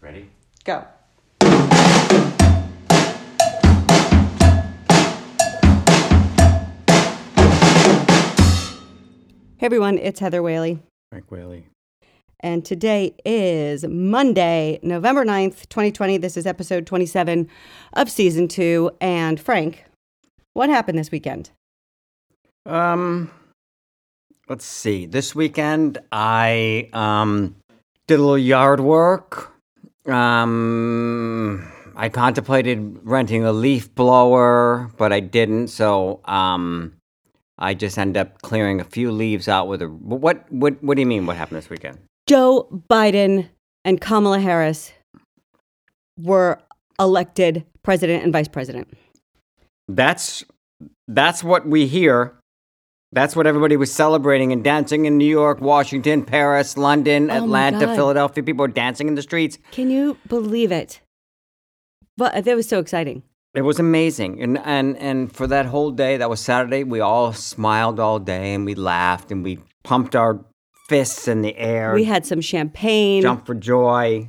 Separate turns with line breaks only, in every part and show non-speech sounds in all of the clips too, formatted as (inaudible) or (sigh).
Ready?
Go. Hey everyone, it's Heather Whaley,
Frank Whaley.
and today is Monday, November 9th, 2020. This is episode 27 of season two. And Frank, what happened this weekend?
Um, let's see. This weekend, I um did a little yard work. Um, I contemplated renting a leaf blower, but I didn't. So um, I just ended up clearing a few leaves out with a. What what what do you mean? What happened this weekend?
Joe Biden and Kamala Harris were elected president and vice president.
That's that's what we hear. That's what everybody was celebrating and dancing in New York, Washington, Paris, London,
Oh my
Atlanta,
God.
Philadelphia. People were dancing in the streets.
Can you believe it? But that was so exciting.
It was amazing. And and and for that whole day, that was Saturday, we all smiled all day and we laughed and we pumped our fists in the air,
We had some champagne.
jumped for joy.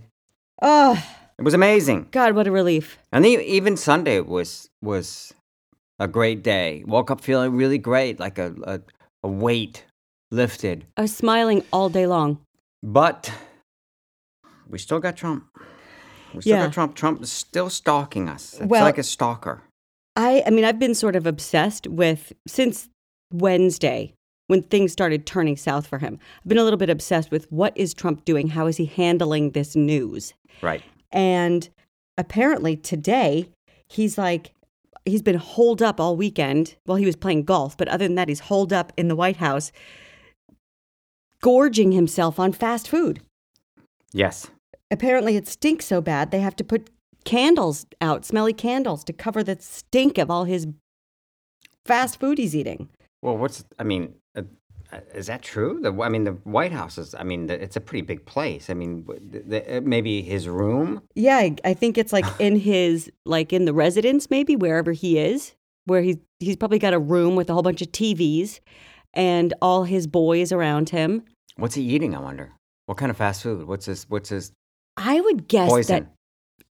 Oh,
It was amazing.
God, what a relief.
And e- even Sunday was was a great day. Woke up feeling really great, like a a, a weight lifted.
I was smiling all day long.
But we still got Trump. We still
Yeah.
got Trump. Trump is still stalking us. It's
Well-
like a stalker.
I, I mean, I've been sort of obsessed with since Wednesday when things started turning south for him. I've been a little bit obsessed with what is Trump doing? How is he handling this news?
Right.
And apparently today, he's like, he's been holed up all weekend. Well, he was playing golf, but other than that, he's holed up in the White House, gorging himself on fast food.
Yes.
Apparently, it stinks so bad they have to put candles out, smelly candles, to cover the stink of all his fast food he's eating.
Well, what's I mean, uh, uh, is that true? The I mean, the White House is. I mean, the, it's a pretty big place. I mean, w- the, the, uh, maybe his room.
Yeah, I, I think it's like (sighs) in his, like in the residence, maybe wherever he is, where he's he's probably got a room with a whole bunch of TVs and all his boys around him.
What's he eating? I wonder. What kind of fast food? What's his What's his
I would guess
poison?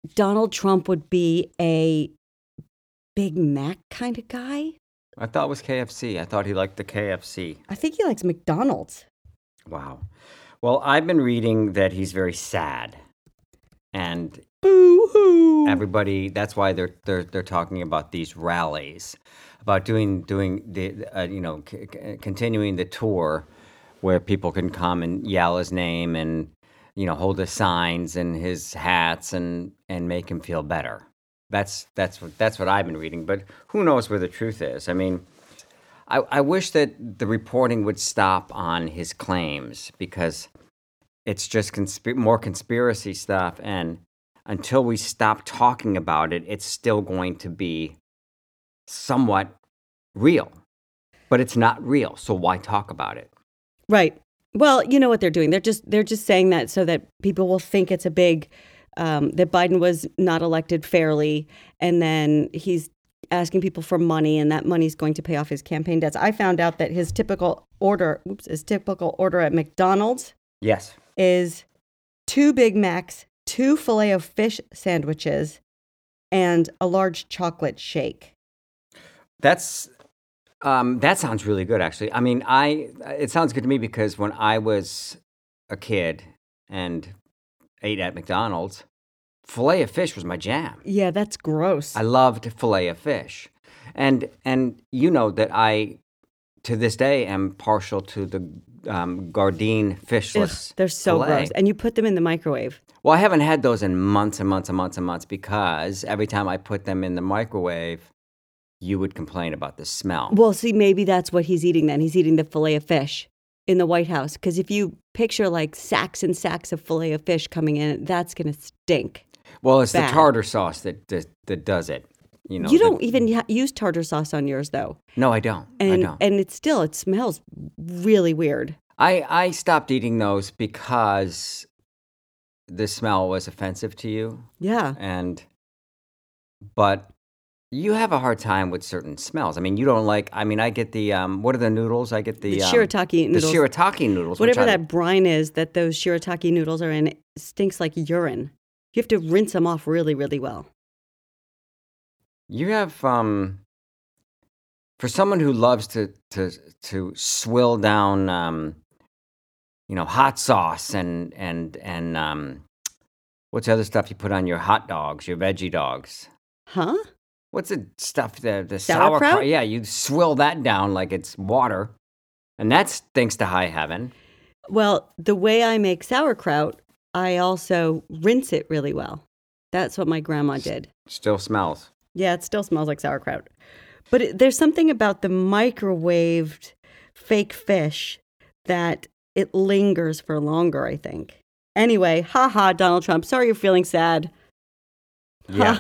that Donald Trump would be a Big Mac kind of guy.
I thought it was KFC. I thought he liked the KFC.
I think he likes McDonald's.
Wow. Well, I've been reading that he's very sad, and
Boo hoo.
everybody that's why they're they're they're talking about these rallies about doing doing the uh, you know c- c- continuing the tour where people can come and yell his name and you know hold his signs and his hats and and make him feel better that's that's what that's what I've been reading but who knows where the truth is i mean i i wish that the reporting would stop on his claims because it's just consp- more conspiracy stuff and until we stop talking about it it's still going to be somewhat real but it's not real so why talk about it
Right. Well, you know what they're doing. They're just they're just saying that so that people will think it's a big um, that Biden was not elected fairly, and then he's asking people for money, and that money's going to pay off his campaign debts. I found out that his typical order, oops, his typical order at McDonald's
yes
is two Big Macs, two filet of fish sandwiches, and a large chocolate shake.
That's um, that sounds really good, actually. I mean, I it sounds good to me because when I was a kid and ate at McDonald's, fillet of fish was my jam.
Yeah, that's gross.
I loved fillet of fish, and and you know that I to this day am partial to the um, Gardein
Ugh,
fishless.
they're so
filet.
gross, and you put them in the microwave.
Well, I haven't had those in months and months and months and months because every time I put them in the microwave, you would complain about the smell.
Well, see, maybe that's what he's eating then. He's eating the filet of fish in the White House. Because if you picture like sacks and sacks of filet of fish coming in, that's going to stink.
Well, it's
bad.
the tartar sauce that, that that does it. You know,
you
the-
don't even ha- use tartar sauce on yours though.
No, I don't. I
And,
don't.
and it's still, it smells really weird.
I I stopped eating those because the smell was offensive to you,
Yeah.
and but you have a hard time with certain smells. I mean, you don't like. I mean, I get the um. What are the noodles? I get the,
The
um,
shirataki noodles.
The shirataki noodles. which
Whatever
I-
that brine is that those shirataki noodles are in stinks like urine. you have to rinse them off really, really well.
You have um for someone who loves to to to swill down um you know hot sauce and and and um what's the other stuff you put on your hot dogs, your veggie dogs?
Huh?
What's the stuff the the
Sauerkraut?
sauerkraut? Yeah, you swill that down like it's water. And that's thanks to high heaven.
Well, the way I make sauerkraut, I also rinse it really well. That's what my grandma did.
Still smells.
Yeah, it still smells like sauerkraut. But it, there's something about the microwaved fake fish that it lingers for longer, I think. Anyway, haha, Donald Trump. Sorry you're feeling sad.
Yeah.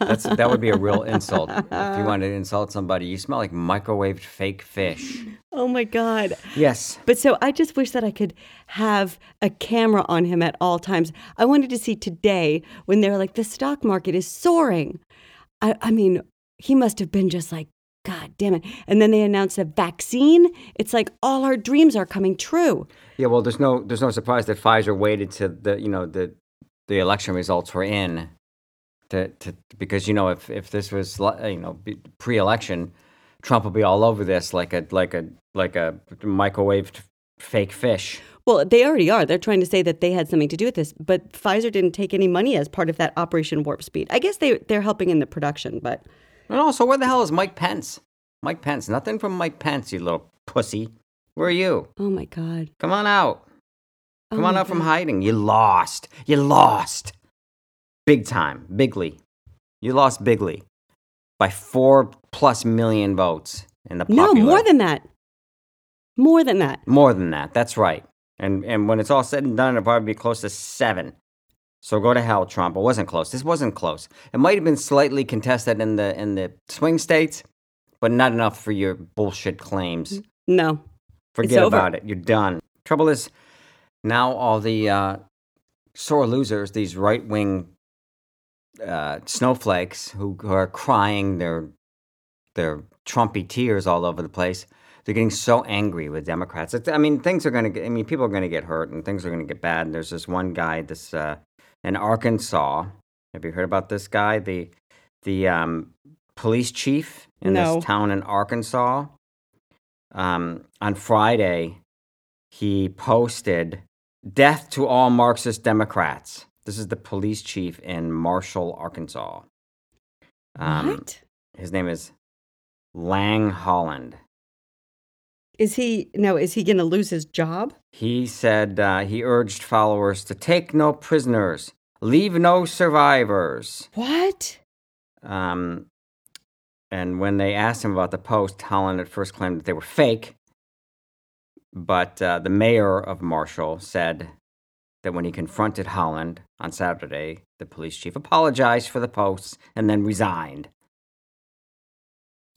That's that would be a real insult. If you wanted to insult somebody, you smell like microwaved fake fish.
(laughs) oh my God.
Yes.
But so I just wish that I could have a camera on him at all times. I wanted to see today when they were like, the stock market is soaring. I, I mean, he must have been just like, God damn it. And then they announced a vaccine. It's like all our dreams are coming true.
Yeah, well there's no there's no surprise that Pfizer waited till the you know the the election results were in to, to because you know if if this was li- you know be- pre-election Trump will be all over this like a like a like a microwaved fake fish.
Well, they already are. They're trying to say that they had something to do with this, but Pfizer didn't take any money as part of that Operation Warp Speed. I guess they, they're helping in the production, but
And also where the hell is Mike Pence? Mike Pence, nothing from Mike Pence, you little pussy. Where are you?
oh my God.
Come on out.
Oh
Come on
my
out from
God.
hiding. You lost. You lost. Big time. Bigly. You lost bigly by four plus million votes in the popular.
No, more than that. More than that.
more than that. That's right. And and when it's all said and done, it'll probably be close to seven. So go to hell, Trump. It wasn't close. This wasn't close. It might have been slightly contested in the in the swing states, but not enough for your bullshit claims.
No.
Forget
over.
about it. You're done. Trouble is, now all the uh, sore losers, these right wing uh, snowflakes who, who are crying their their Trumpy tears all over the place, they're getting so angry with Democrats. It's, I mean, things are going to get. I mean, people are going to get hurt and things are going to get bad. And there's this one guy, this uh, in Arkansas. Have you heard about this guy? The the um, police chief in
No.
this town in Arkansas. Um, on Friday, he posted "Death to all Marxist Democrats." This is the police chief in Marshall, Arkansas. Um,
what?
His name is Lang Holland.
Is he now? Is he going to lose his job?
He said uh, he urged followers to take no prisoners, leave no survivors.
What?
Um, and when they asked him about the post, Holland at first claimed that they were fake. But uh, the mayor of Marshall said that when he confronted Holland on Saturday, the police chief apologized for the posts and then resigned.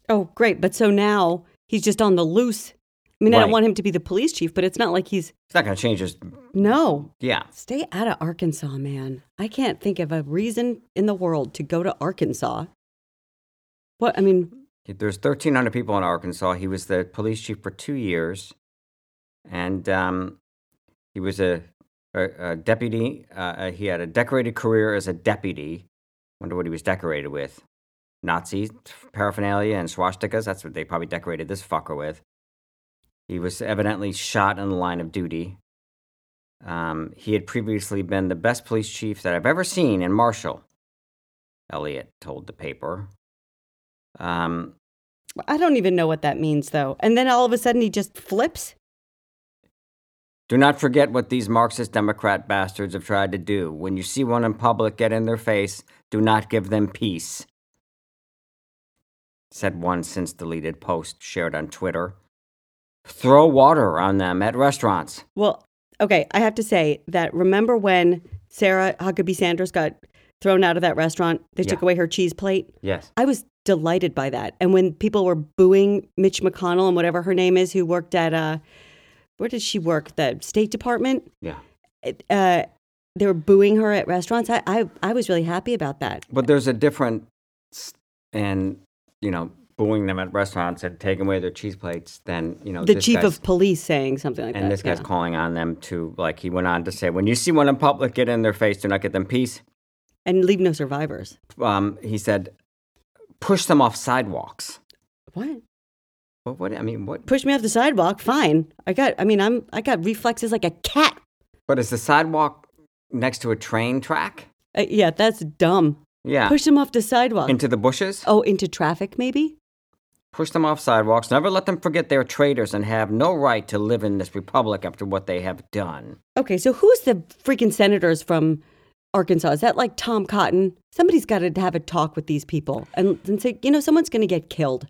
Oh, great! But so now he's just on the loose. I mean, I don't
Right.
want him to be the police chief, but it's not like he's
It's not going to change his.
no.
Yeah.
Stay out of Arkansas, man. I can't think of a reason in the world to go to Arkansas. What I mean,
There's 1,300 people in Arkansas. He was the police chief for two years, and um, he was a, a, a deputy. Uh, Uh, he had a decorated career as a deputy. Wonder what he was decorated with? Nazi paraphernalia and swastikas. That's what they probably decorated this fucker with. He was evidently shot in the line of duty. Um, he had previously been the best police chief that I've ever seen in Marshall. Elliot told the paper. Um,
I don't even know what that means though. And then all of a sudden he just flips.
Do not forget what these Marxist Democrat bastards have tried to do. When you see one in public, get in their face. Do not give them peace. Said one since deleted post shared on Twitter. Throw water on them at restaurants.
Well, okay, I have to say that remember when Sarah Huckabee Sanders got thrown out of that restaurant? They took
Yeah.
away her cheese plate.
Yes.
I was delighted by that. And when people were booing Mitch McConnell and whatever her name is, who worked at uh, where did she work? The State Department.
Yeah.
It, Uh, they were booing her at restaurants. I, I I was really happy about that.
But there's a difference in, you know, booing them at restaurants and taking away their cheese plates than, you know,
The
Oh, this
chief
guy's-
of police saying something like that.
And this guy's
yeah.
calling on them to, like, he went on to say, when you see one in public, get in their face, do not get them peace.
and leave no survivors.
Um, he said, push them off sidewalks.
What?
What? What? I mean, what?
Push me off the sidewalk? Fine. I got. I mean, I'm. I got reflexes like a cat.
But is the sidewalk next to a train track?
Uh, yeah, that's dumb.
Yeah.
Push them off the sidewalk.
into the bushes.
oh, into traffic maybe.
Push them off sidewalks. Never let them forget they're traitors and have no right to live in this republic after what they have done.
Okay, so who's the freaking senators from Arkansas? Is that like Tom Cotton? Somebody's got to have a talk with these people and, and say, you know, someone's going to get killed.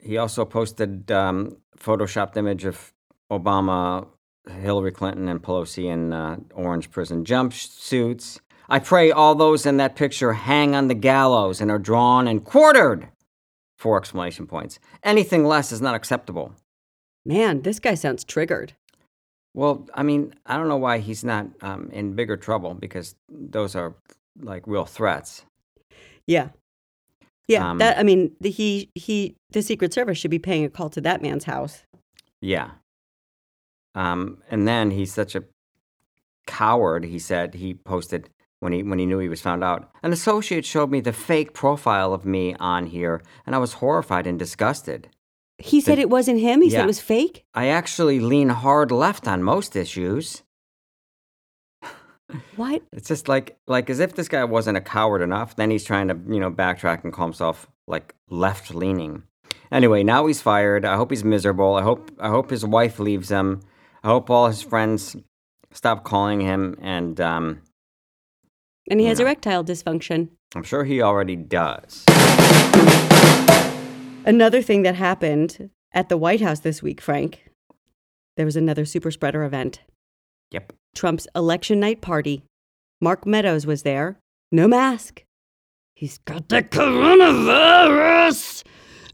He also posted um, photoshopped image of Obama, Hillary Clinton, and Pelosi in uh, orange prison jumpsuits. I pray all those in that picture hang on the gallows and are drawn and quartered. Four exclamation points. Anything less is not acceptable.
Man, this guy sounds triggered.
Well, I mean, I don't know why he's not um, in bigger trouble because those are like real threats.
Yeah. Yeah,
Um,
that I mean, the, he he the Secret Service should be paying a call to that man's house.
Yeah. Um, and then he's such a coward. He said he posted when he when he knew he was found out. An associate showed me the fake profile of me on here, and I was horrified and disgusted.
He said it wasn't him. He said
Yeah.
it was fake.
I actually lean hard left on most issues.
What?
It's just like like as if this guy wasn't a coward enough. Then he's trying to you know backtrack and call himself like left leaning. Anyway, now he's fired. I hope he's miserable. I hope I hope his wife leaves him. I hope all his friends stop calling him. And um,
And he has
Yeah.
erectile dysfunction.
I'm sure he already does.
Another thing that happened at the White House this week, Frank, there was another super spreader event.
Yep.
Trump's election night party. Mark Meadows was there. No mask. He's got the coronavirus.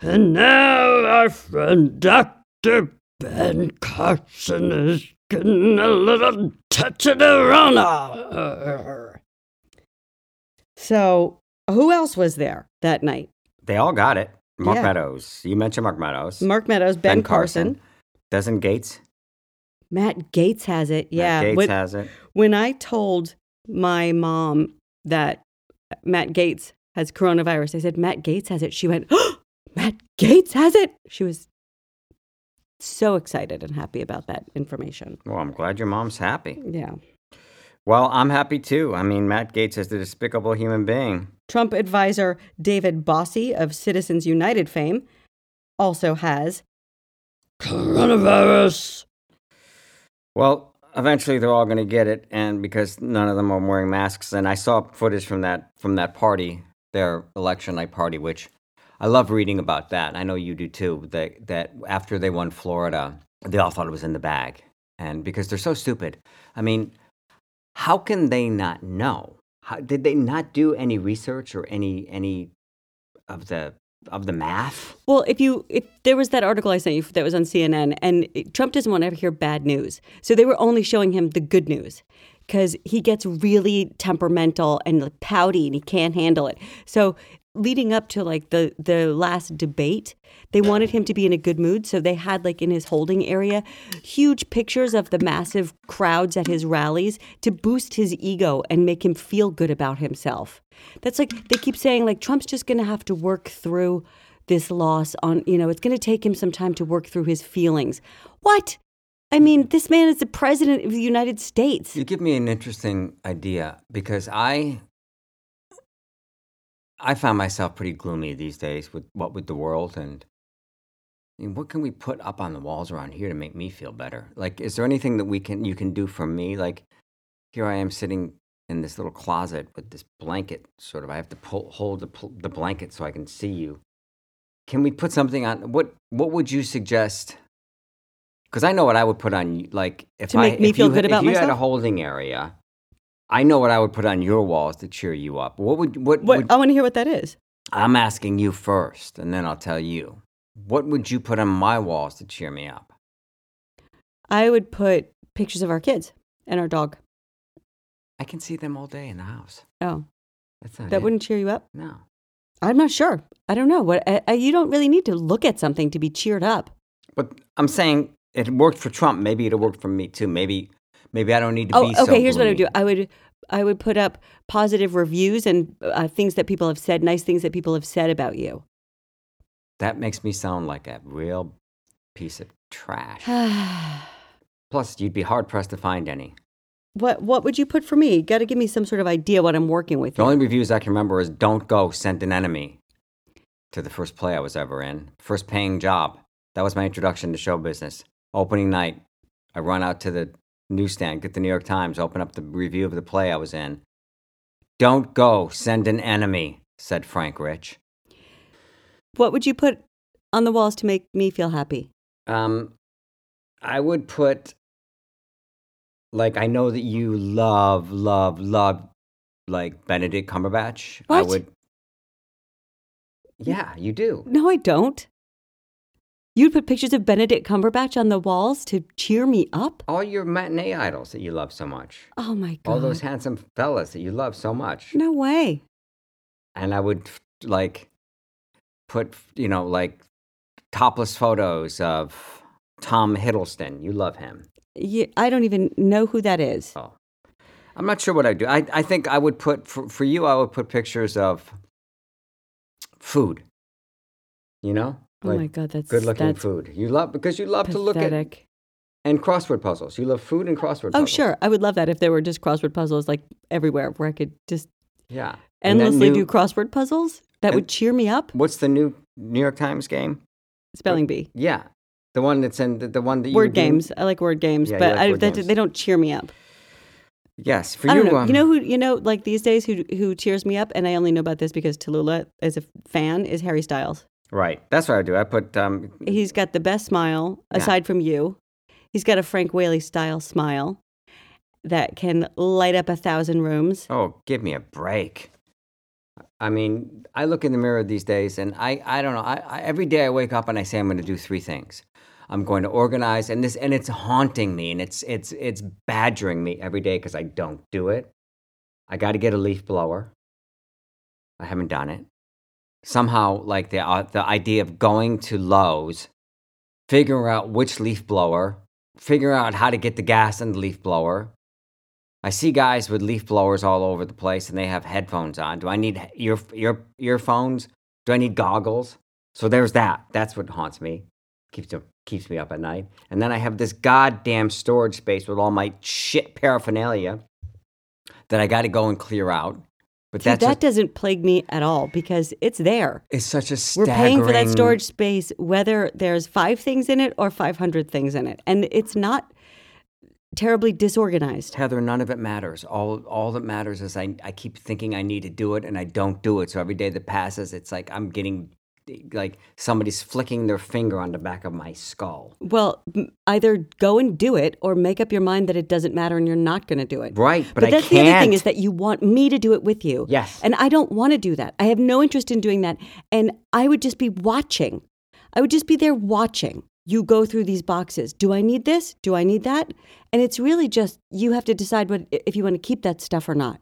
And now our friend Dr. Ben Carson is getting a little tetanurona. So, who else was there that night?
They all got it. Mark
Yeah.
Meadows. You mentioned Mark Meadows.
Mark Meadows, Ben, Carson.
Doesn't Gates?
Matt Gates has it. Yeah.
Matt Gates
When-
has it.
when I told my mom that Matt Gates has coronavirus, I said, Matt Gates has it. She went, oh, Matt Gates has it. She was so excited and happy about that information.
Well, I'm glad your mom's happy.
Yeah.
Well, I'm happy too. I mean, Matt Gates is the despicable human being.
Trump advisor David Bossy of Citizens United fame also has coronavirus.
Well, eventually they're all going to get it, and because none of them are wearing masks, and I saw footage from that from that party, their election night party, which I love reading about that. I know you do too. That that after they won Florida, they all thought it was in the bag, and because they're so stupid, I mean, how can they not know? How, did they not do any research or any any of the of the math?
Well, if you if there was that article I sent you that was on CNN, and it- Trump doesn't want to ever hear bad news, so they were only showing him the good news because he gets really temperamental and like, pouty, and he can't handle it. So leading up to like the the last debate, they wanted him to be in a good mood, so they had like in his holding area huge pictures of the massive crowds at his rallies to boost his ego and make him feel good about himself. That's like they keep saying like Trump's just going to have to work through this loss on you know it's going to take him some time to work through his feelings what i mean this man is the president of the united states
You give me an interesting idea because I I found myself pretty gloomy these days with what with the world and I mean, what can we put up on the walls around here to make me feel better? Like, is there anything that we can you can do for me? Like, here I am sitting in this little closet with this blanket. Sort of, I have to pull, hold the, pl- the blanket so I can see you. Can we put something on? What What would you suggest? Because I know what I would put on. you- Like, if
To
I,
make me
if
feel
you,
good
if
about
you had a
myself?
holding area, I know what I would put on your walls to cheer you up. What would what,
what
would
i want to hear what that is
I'm asking you first, and then I'll tell you. What would you put on my walls to cheer me up?
i would put pictures of our kids and our dog
I can see them all day in the house.
oh
That's not
that
it.
wouldn't cheer you up
No.
i'm not sure i don't know what I, I, you don't really need to look at something to be cheered up
But I'm saying it worked for Trump. Maybe it'll work for me too. Maybe maybe I don't need to
oh
be
okay
so
here's what i would do
gloomy.
i would I would put up positive reviews and uh, things that people have said, nice things that people have said about you. (sighs)
That makes me sound like a real piece of trash. Plus, you'd be hard pressed to find any.
what what would you put for me? Got to give me some sort of idea what I'm working with.
The
here.
only reviews I can remember is "Don't go, send an enemy." To the first play I was ever in, first paying job. That was my introduction to show business. Opening night, I run out to the newsstand, get the New York Times, open up the review of the play I was in. "Don't go, send an enemy," said Frank Rich.
What would you put on the walls to make me feel happy?
Um, I would put like I know that you love, love, love like Benedict Cumberbatch. I
What?
would. Yeah, you do.
No, I don't. You'd put pictures of Benedict Cumberbatch on the walls to cheer me up?
All your matinee idols that you love so much.
Oh my god.
All those handsome fellas that you love so much.
No way.
And I would like put, you know, like topless photos of Tom Hiddleston. You love him.
Yeah, I don't even know who that is.
Oh, I'm not sure what I do. I, I think I would put for, for you. I would put pictures of food. You know,
oh my god, that's
good looking
that's
food. You love because you love to look at
pathetic.
and crossword puzzles. You love food and crossword.
Oh
puzzles.
sure, I would love that if there were just crossword puzzles like everywhere where I could just
yeah. And then
endlessly
new-
do crossword puzzles. That would
and-
cheer me up.
What's the new New York Times game?
Spelling bee.
Yeah, the one that's in the, the one that you were
Word
doing-
games. I like word games,
Yeah, you
but
like
I,
word
that,
games.
they don't cheer me up.
Yes, for
I
you.
don't know.
um,
you know who you know like these days who who cheers me up, and I only know about this because Tallulah as a fan is Harry Styles.
right. That's what I do. I put um,
He's got the best smile aside from you. He's got a Frank Whaley style smile that can light up a thousand rooms.
Oh, give me a break. I mean, I look in the mirror these days and I, I don't know. I, I, every day I wake up and I say I'm going to do three things. I'm going to organize and this and it's haunting me and it's it's it's badgering me every day cuz I don't do it. I got to get a leaf blower. I haven't done it. Somehow like the uh, the idea of going to Lowe's, figuring out which leaf blower, figuring out how to get the gas in the leaf blower, I see guys with leaf blowers all over the place, and they have headphones on. Do I need he- ear ear earphones? Do I need goggles? So there's that. That's what haunts me, keeps keeps me up at night. And then I have this goddamn storage space with all my shit paraphernalia that I got to go and clear out. But
Dude,
that's
that
a,
doesn't plague me at all because it's there.
it's such a
We're
staggering.
paying for that storage space, whether there's five things in it or 500 things in it. And it's not terribly disorganized.
Heather, none of it matters. All all that matters is I, I keep thinking I need to do it and I don't do it. So every day that passes, it's like I'm getting like somebody's flicking their finger on the back of my skull.
Well, m- either go and do it or make up your mind that it doesn't matter and you're not going to do it.
Right, but,
But,
I
that's
can't.
the other thing is that you want me to do it with you.
Yes.
And I don't want to do that. I have no interest in doing that. And I would just be watching. I would just be there watching you go through these boxes. Do I need this? Do I need that? And it's really just you have to decide what if you want to keep that stuff or not.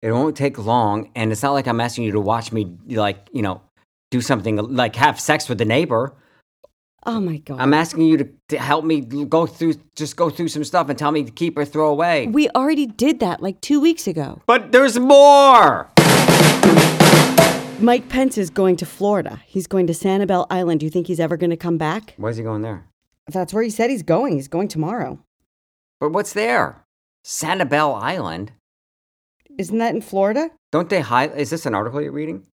it won't take long, and it's not like I'm asking you to watch me like you know do something like have sex with the neighbor.
Oh my god.
I'm asking you to, to help me go through just go through some stuff and tell me to keep or throw away.
we already did that like 2 weeks ago.
but there's more.
Mike Pence is going to Florida. He's going to Sanibel Island. Do you think he's ever going to come back?
Why's he going there?
That's where he said he's going. He's going tomorrow.
But what's there? Sanibel Island.
Isn't that in Florida?
Don't they highlight? Is this an article you're reading?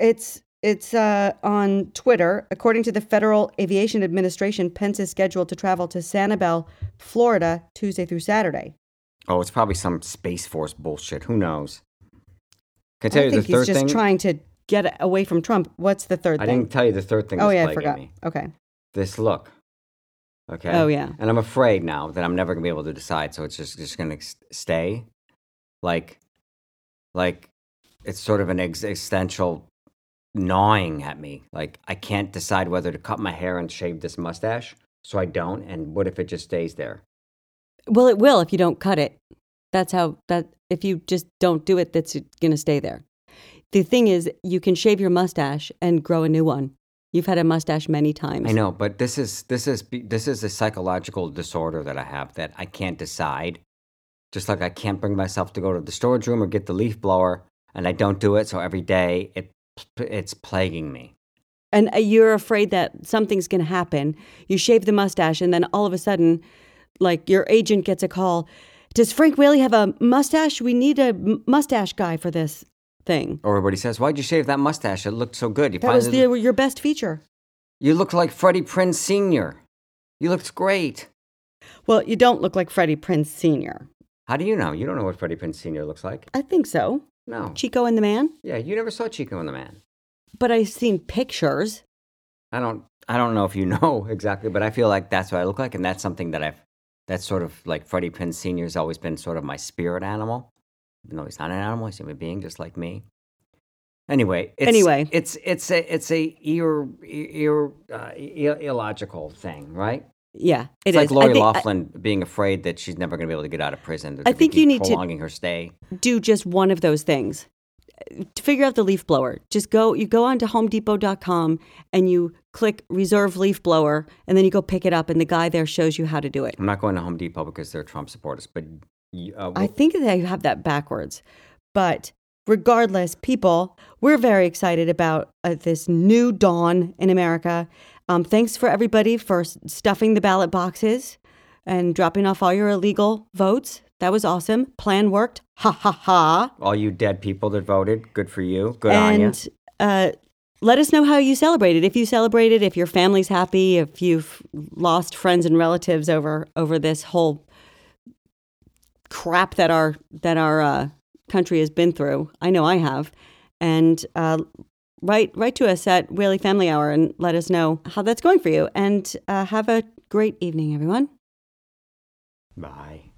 It's it's uh, on Twitter. According to the Federal Aviation Administration, Pence is scheduled to travel to Sanibel, Florida, Tuesday through Saturday.
Oh, it's probably some Space Force bullshit. Who knows? Can I tell
I
you
think
the third
he's just
thing?
trying to get away from Trump. What's the third
I
thing?
didn't tell you the third thing.
oh
that's
yeah, I
plaguing
forgot.
me.
Okay.
This look. Okay.
Oh, yeah.
And I'm afraid now that I'm never gonna be able to decide, so it's just just gonna s- stay, like, like, it's sort of an existential gnawing at me. Like I can't decide whether to cut my hair and shave this mustache, so I don't. And what if it just stays there?
Well, it will if you don't cut it. That's how that if you just don't do it, that's going to stay there. The thing is, you can shave your mustache and grow a new one. You've had a mustache many times.
I know, but this is this is be- this is a psychological disorder that I have that I can't decide Just like I can't bring myself to go to the storage room or get the leaf blower, and I don't do it. So every day it it's plaguing me.
And uh, you're afraid that something's going to happen. You shave the mustache, and then all of a sudden, like your agent gets a call. Does Frank Whaley have a mustache? We need a m- mustache guy for this thing.
Or everybody says, "Why'd you shave that mustache? It looked so good." You
That was
finally-
the, your best feature.
you looked like Freddie Prinze Senior. You looked great.
Well, you don't look like Freddie Prince Sr.
How do you know? You don't know what Freddie Prinze Senior looks like.
I think so.
No.
Chico and the Man.
Yeah, you never saw Chico and the Man.
But I've seen pictures.
I don't. I don't know if you (laughs) know exactly, but I feel like that's what I look like, and that's something that I've. That's sort of like Freddie Prinze Senior has always been sort of my spirit animal. Even though he's not an animal, he's a human being just like me. Anyway, it's,
Anyway.
it's it's a it's a ir, ir, uh, ir, illogical thing, right?
Yeah, it is.
it's like Lori
I think,
Laughlin being afraid that she's never going to be able to get out of prison. There's
I
gonna
think
keep
you need to-
prolonging her stay.
I- do just one of those things. To figure out the leaf blower, just go. You go onto HomeDepot.com and you click Reserve Leaf Blower, and then you go pick it up, and the guy there shows you how to do it.
I'm not going to Home Depot because they're Trump supporters, but you- uh,
I think they have that backwards. But regardless, people, we're very excited about uh, this new dawn in America. Um, thanks for everybody for s- stuffing the ballot boxes and dropping off all your illegal votes. That was awesome. Plan worked. Ha ha ha.
all you dead people that voted, good for you. Good on you.
and uh, let us know how you celebrated. If you celebrated, if your family's happy, if you've lost friends and relatives over over this whole crap that our that our uh, country has been through. I know I have, and uh, write write to us at Whaley Family Hour and let us know how that's going for you. And uh, have a great evening, everyone.
Bye.